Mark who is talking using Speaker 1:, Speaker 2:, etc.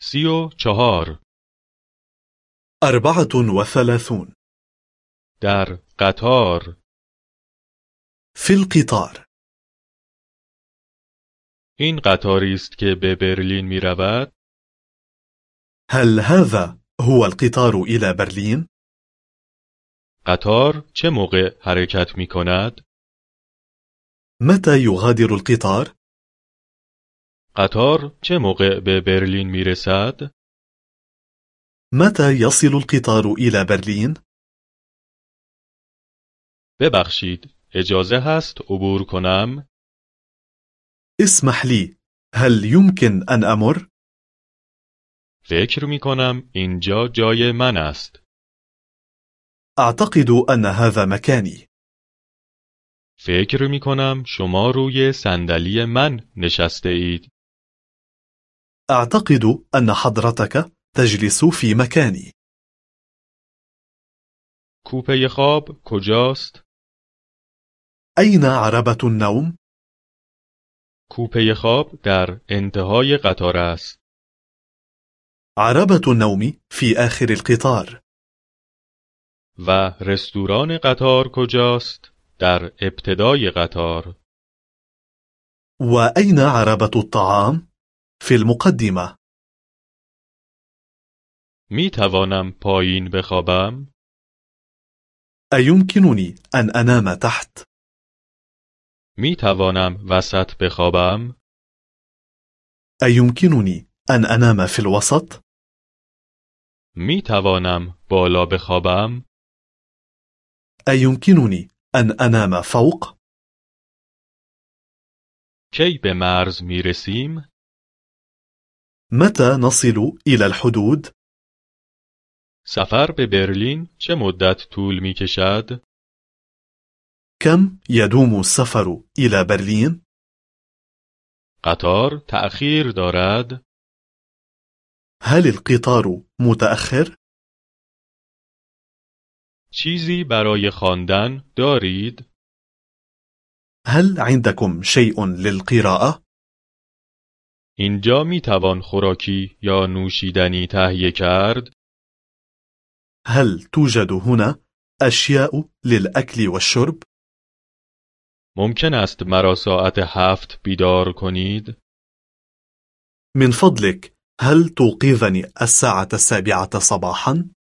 Speaker 1: سی و چهار
Speaker 2: أربعة وثلاثون
Speaker 1: در قطار
Speaker 2: في القطار
Speaker 1: این قطاری است که به برلین می رود
Speaker 2: هل هذا هو القطار إلى برلين؟
Speaker 1: قطار چه موقع حرکت می کند؟
Speaker 2: متى يغادر القطار؟
Speaker 1: قطار چه موقع به برلین می رسد؟
Speaker 2: متى يصل القطار إلى برلين؟
Speaker 1: ببخشید اجازه هست عبور کنم؟
Speaker 2: اسمح لي هل يمكن أن أمر؟
Speaker 1: فکر می کنم اینجا جای من است
Speaker 2: أعتقد أن هذا مكاني
Speaker 1: فکر می کنم شما روی صندلی من نشسته اید
Speaker 2: أعتقد أن حضرتك تجلس في مكاني
Speaker 1: کوپه خواب کجاست؟
Speaker 2: أين عربة النوم؟
Speaker 1: کوپه خواب در انتهای قطار است
Speaker 2: عربة النوم في آخر القطار
Speaker 1: و رستوران قطار کجاست؟ در ابتدای قطار
Speaker 2: وأين عربة الطعام؟ في المقدمة
Speaker 1: می توانم پایین بخوابم؟
Speaker 2: أيمكنني أن أنام تحت؟
Speaker 1: می توانم وسط بخوابم؟
Speaker 2: أيمكنني أن أنام في الوسط؟
Speaker 1: می توانم بالا بخوابم؟
Speaker 2: أيمكنني أن أنام فوق؟
Speaker 1: کی به مرز می رسیم؟
Speaker 2: متى نصل إلى الحدود؟
Speaker 1: سفر به برلین چه مدت طول می کشد؟
Speaker 2: كم يدوم السفر إلى برلين؟
Speaker 1: قطار تأخیر دارد؟
Speaker 2: هل القطار متأخر؟
Speaker 1: چیزی برای خواندن دارید؟
Speaker 2: هل عندكم شيء للقراءة؟
Speaker 1: اینجا می توان خوراکی یا نوشیدنی تهیه کرد؟
Speaker 2: هل توجد هنا أشياء للأكل والشرب؟
Speaker 1: ممکن است مرا ساعت هفت بیدار کنید؟
Speaker 2: من فضلك هل توقظني الساعة السابعة صباحا؟